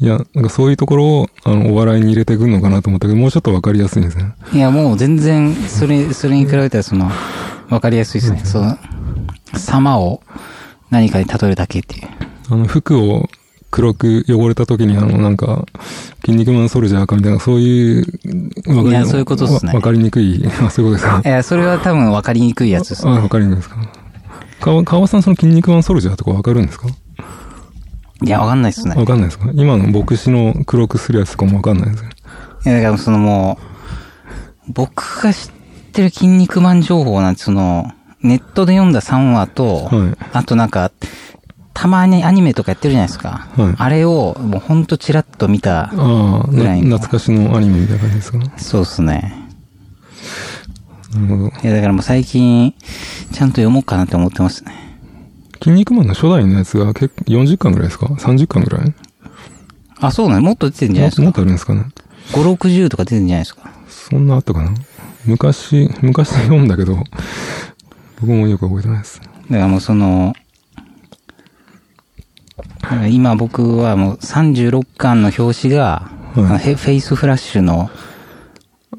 いや、なんかそういうところを、あの、お笑いに入れてくるのかなと思ったけど、もうちょっとわかりやすいんですね。いや、もう全然、それ、それに比べたら、その、わかりやすいですね。その、様を何かに例えるだけっていう。あの、服を黒く汚れた時に、あの、なんか、筋肉マンソルジャーかみたいな、そういう、わいやそういうことっすねわわかりにくい。 <laughs> あ、そういうことですかい。や、それは多分わかりにくいやつですあ、ね。わかりにくいですか。川川さん、その筋肉マンソルジャーとかわかるんですかいや、わかんないですね。わかんないですか今の牧師の黒くするやつとかもわかんないですね。いや、だからそのもう、僕が知ってる筋肉マン情報なんて、その、ネットで読んだ3話と、はいあとなんか、たまにアニメとかやってるじゃないですか。はいあれを、もうほんとチラッと見た。ああ、ぐらないの懐かしのアニメみたいな感じですかなそうですね。るほど。いや、だからもう最近、ちゃんと読もうかなって思ってますね。筋肉マンの初代のやつが結構40巻ぐらいですか ?30 巻ぐらいあ、そうなのもっと出てんじゃないもっですとかもっとあるんですかね ?5、60とか出てんじゃないですかそんなあったかな昔、昔読んだけど、僕もよく覚えてないです。だからもうその、だから今僕はもう36巻の表紙が、いあのフェフェイスフラッシュの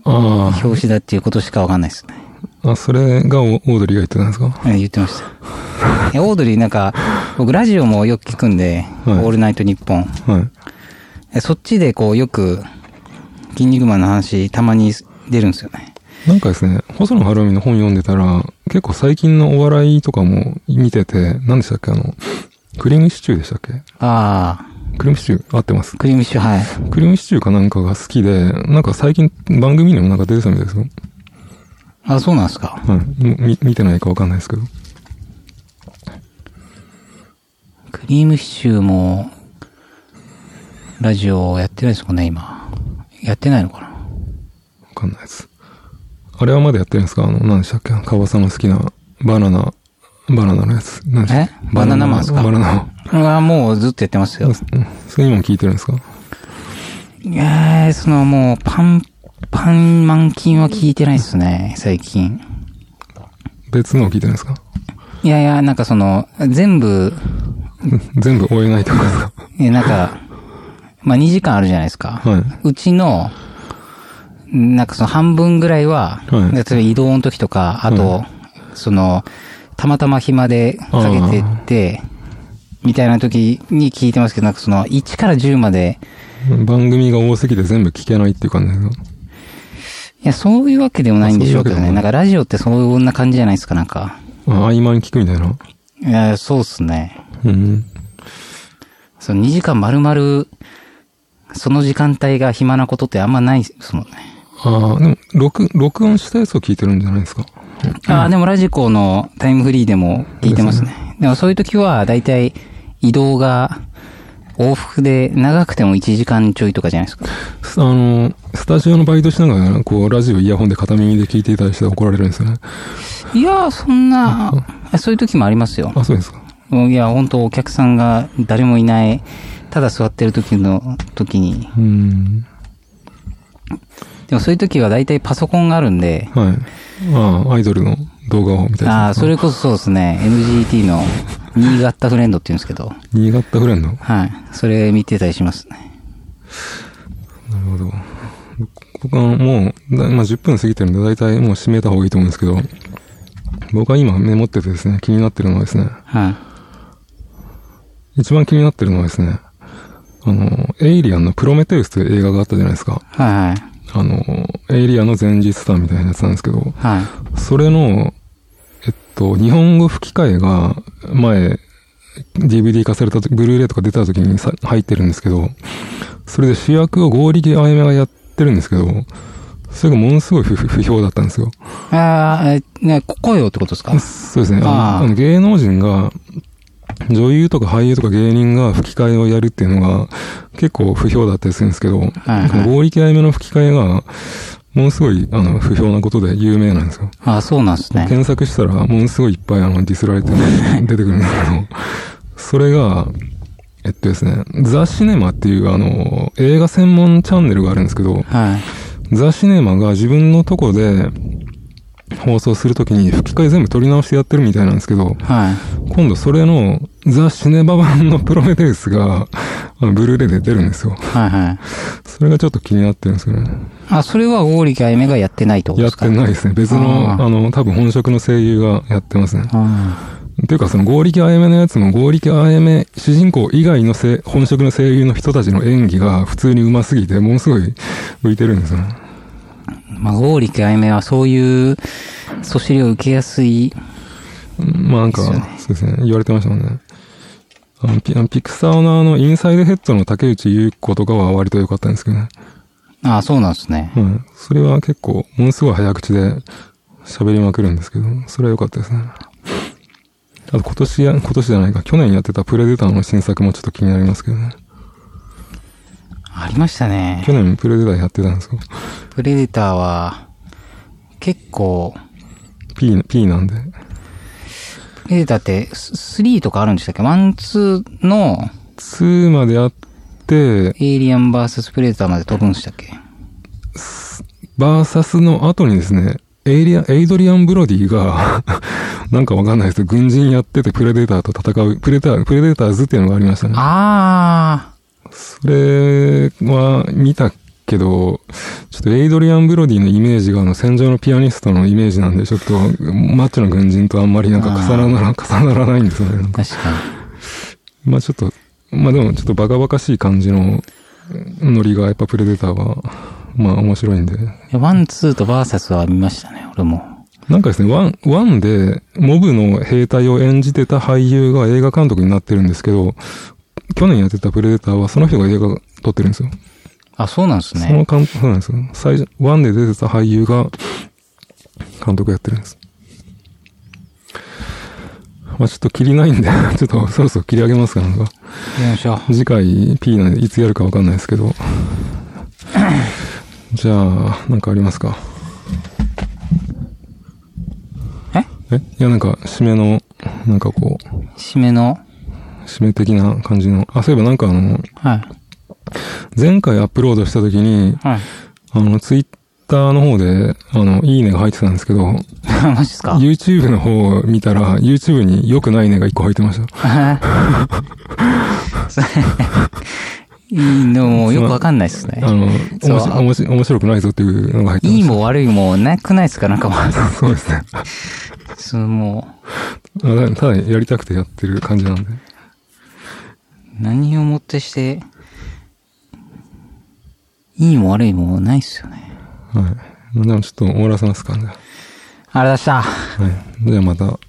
あ表紙だっていうことしかわかんないですね。あ、あ、それがオオードリーが言ってたんですかえ言ってました。いやオードリーなんか、僕ラジオもよく聞くんで、はいオールナイトニッポン。はい。えそっちでこうよく、筋肉マンの話たまに出るんですよね。なんかですね、細野晴臣の本読んでたら、結構最近のお笑いとかも見てて、何でしたっけあの、クリームシチューでしたっけあクリームシチュー合ってますあ、クリームシチュー、はい。クリームシチューかなんかが好きで、なんか最近番組にもなんか出てたみたいですよ。あ、そうなんですか。はい。もうみ見てないかわかんないですけど。クリームシチューも、ラジオやってないですもんね、今。やってないのかなわかんないです。あれはまだやってるんですかあの、何でしたっけ川さんの好きなバナナ、バナナのやつ。何でしたっけえバナナマンですかバナナマン。うわ、もうずっとやってますよ。うんそれ今も聞いてるんですかえー、そのもう、パン、パン満金は聞いてないですね、最近。別のを聞いてるんですか <laughs> いやいや、なんかその、全部、うん全部終えないってことです <laughs> かえなんか、まあ、2時間あるじゃないですか。はいうちの、なんかその半分ぐらいは、はい例えば移動の時とか、あと、その、たまたま暇でかけてって、みたいな時に聞いてますけど、なんかその、1から10まで、番組が多すぎて全部聞けないっていう感じですいや、そういうわけでもないんでしょうけどあそうね。いうわけでもななんいかラジオってそんな感じじゃないですか、なんか。あ合間に聞くみたいな。いや、そうっすね。うん。その2時間丸々、その時間帯が暇なことってあんまないですもんね。ああ、でも、録、録音したやつを聞いてるんじゃないですかああ、でもラジコのタイムフリーでも聞いてますね。でもそういう時は、だいたい移動が往復で長くても1時間ちょいとかじゃないですか。すあの、スタジオのバイトしながら、こう、ラジオイヤホンで片耳で聞いていたりして怒られるんですよね。いやー、そんな、 <laughs> そういう時もありますよ。あ、そうですか。いや、本当お客さんが誰もいない、ただ座ってる時の時に。うん。でもそういう時はだいたいパソコンがあるんで、はい。ああ、アイドルの動画をみたいな。ああ、それこそそうですね、NGT の新潟フレンドって言うんですけど、新潟フレンド。なはい。それ見てたりしますね。るほど。僕はもう、だまあ、10分過ぎてるんで、だいたいもう閉めた方がいいと思うんですけど、僕は今メモっててですね、気になってるのはですね、はい。一番気になってるのはですね、あの、エイリアンのプロメテウスという映画があったじゃないですか。はいはい。あの、エイリアンの前日譚みたいなやつなんですけど、はい。それの、えっと、日本語吹き替えが前、DVD 化されたと、ブルーレイとか出た時にさ入ってるんですけど、それで主役を合力あやめがやってるんですけど、それがものすごい不不評だったんですよ。ああ、えね、こ声をってことですかそうですね。あああのあの芸能人が、女優とか俳優とか芸人が吹き替えをやるっていうのが結構不評だったりするんですけど、はいこの合力あやめの吹き替えが、ものすごい、あの、不評なことで有名なんですよ。あ、そうなんですね。検索したら、ものすごいいっぱい、あの、ディスられて <laughs> るの出てくるんだけど、それが、えっとですね、ザ・シネマっていう、あの、映画専門チャンネルがあるんですけど、はい。ザ・シネマが自分のとこで放送するときに吹き替え全部取り直してやってるみたいなんですけど、はい。今度それのザ・シネマ版のプロメテウスが、あのブルーレイで出るんですよ。はいはい。それがちょっと気になってるんですよね。あ、それはオーリキあやめがやってないってことやでっすかてないですね。別の、ああーの、多分本職の声優がやってますね。あっていうか、その、合力あやめのやつも、合力あやめ、主人公以外のせ本職の声優の人たちの演技が普通に上手すぎて、ものすごい浮いてるんですよね。あ。まあ、オーリキあやめはそういう、そしりを受けやすい。うんまあなんか、そそううですよですね。言われてましたもんね。あのピあのピクサーのあの、インサイドヘッドの竹内優子とかは割と良かったんですけどね。あ、そうなんですね。はい。それは結構、ものすごい早口で喋りまくるんですけど、それは良かったですね。あと今年や、今年じゃないか、去年やってたプレデターの新作もちょっと気になりますけどね。ありましたね去。年プレデターやってたんですかプレデターは、結構、 ?P、P なんで。プレデターってス3とかあるんでしたっけ ?1,2 の2まであって、エイリアン VS プレデターまで飛ぶんでしたっけバーサスの後にですね、エイリアン、エイドリアン・ブロディが、 <laughs> なんかわかんないですけど、軍人やっててプレデターと戦う、プレデター、プレデターズっていうのがありましたね。あそれは見たけど、ちょっとエイドリアン・ブロディのイメージがあの戦場のピアニストのイメージなんで、ちょっとマッチョの軍人とあんまりなんか重なら、重ならないんですよね。なんー、か確かに。まあちょっと、まあでもちょっとバカバカしい感じのノリがやっぱプレデターは、まあ面白いんで。いやワン、ツーとバーサスは見ましたね、俺も。なんかですね、ワン、ワンで、モブの兵隊を演じてた俳優が映画監督になってるんですけど、去年やってたプレデターはその人が映画撮ってるんですよ。あ、そうなんですそのね。監督、そうなんですよ。最初、ワンで出てた俳優が、監督やってるんです。まあちょっと切りないんで、 <laughs> ちょっとそろそろ切り上げますか、なんか。やりましょう。次回 P なんでいつやるかわかんないですけ <coughs> ど。じゃあ、なんかありますかええいや、なんか、締めの、なんかこう、締めの、締め的な感じの。あ、そういえばなんかあの、はい。前回アップロードした時に、はい。 <laughs> あの、ツイッターの方で、あの、いいねが入ってたんですけど、マジっすか YouTube の方を見たら、YouTube に良くないねが一個入ってました。 <laughs> それいいのもよくわかんないっすねあ。の、そう面白面白面白くないぞっていうのが入ってまいいした。も悪いもなくないっすかなんかもう、 <laughs> そうですね。そのもあただやりたくてやってる感じなんで。う、何をもってして、いいも悪いもないっすよね。はい。まあでもちょっと終わらせますかね。あれだした。はい。じゃあまた。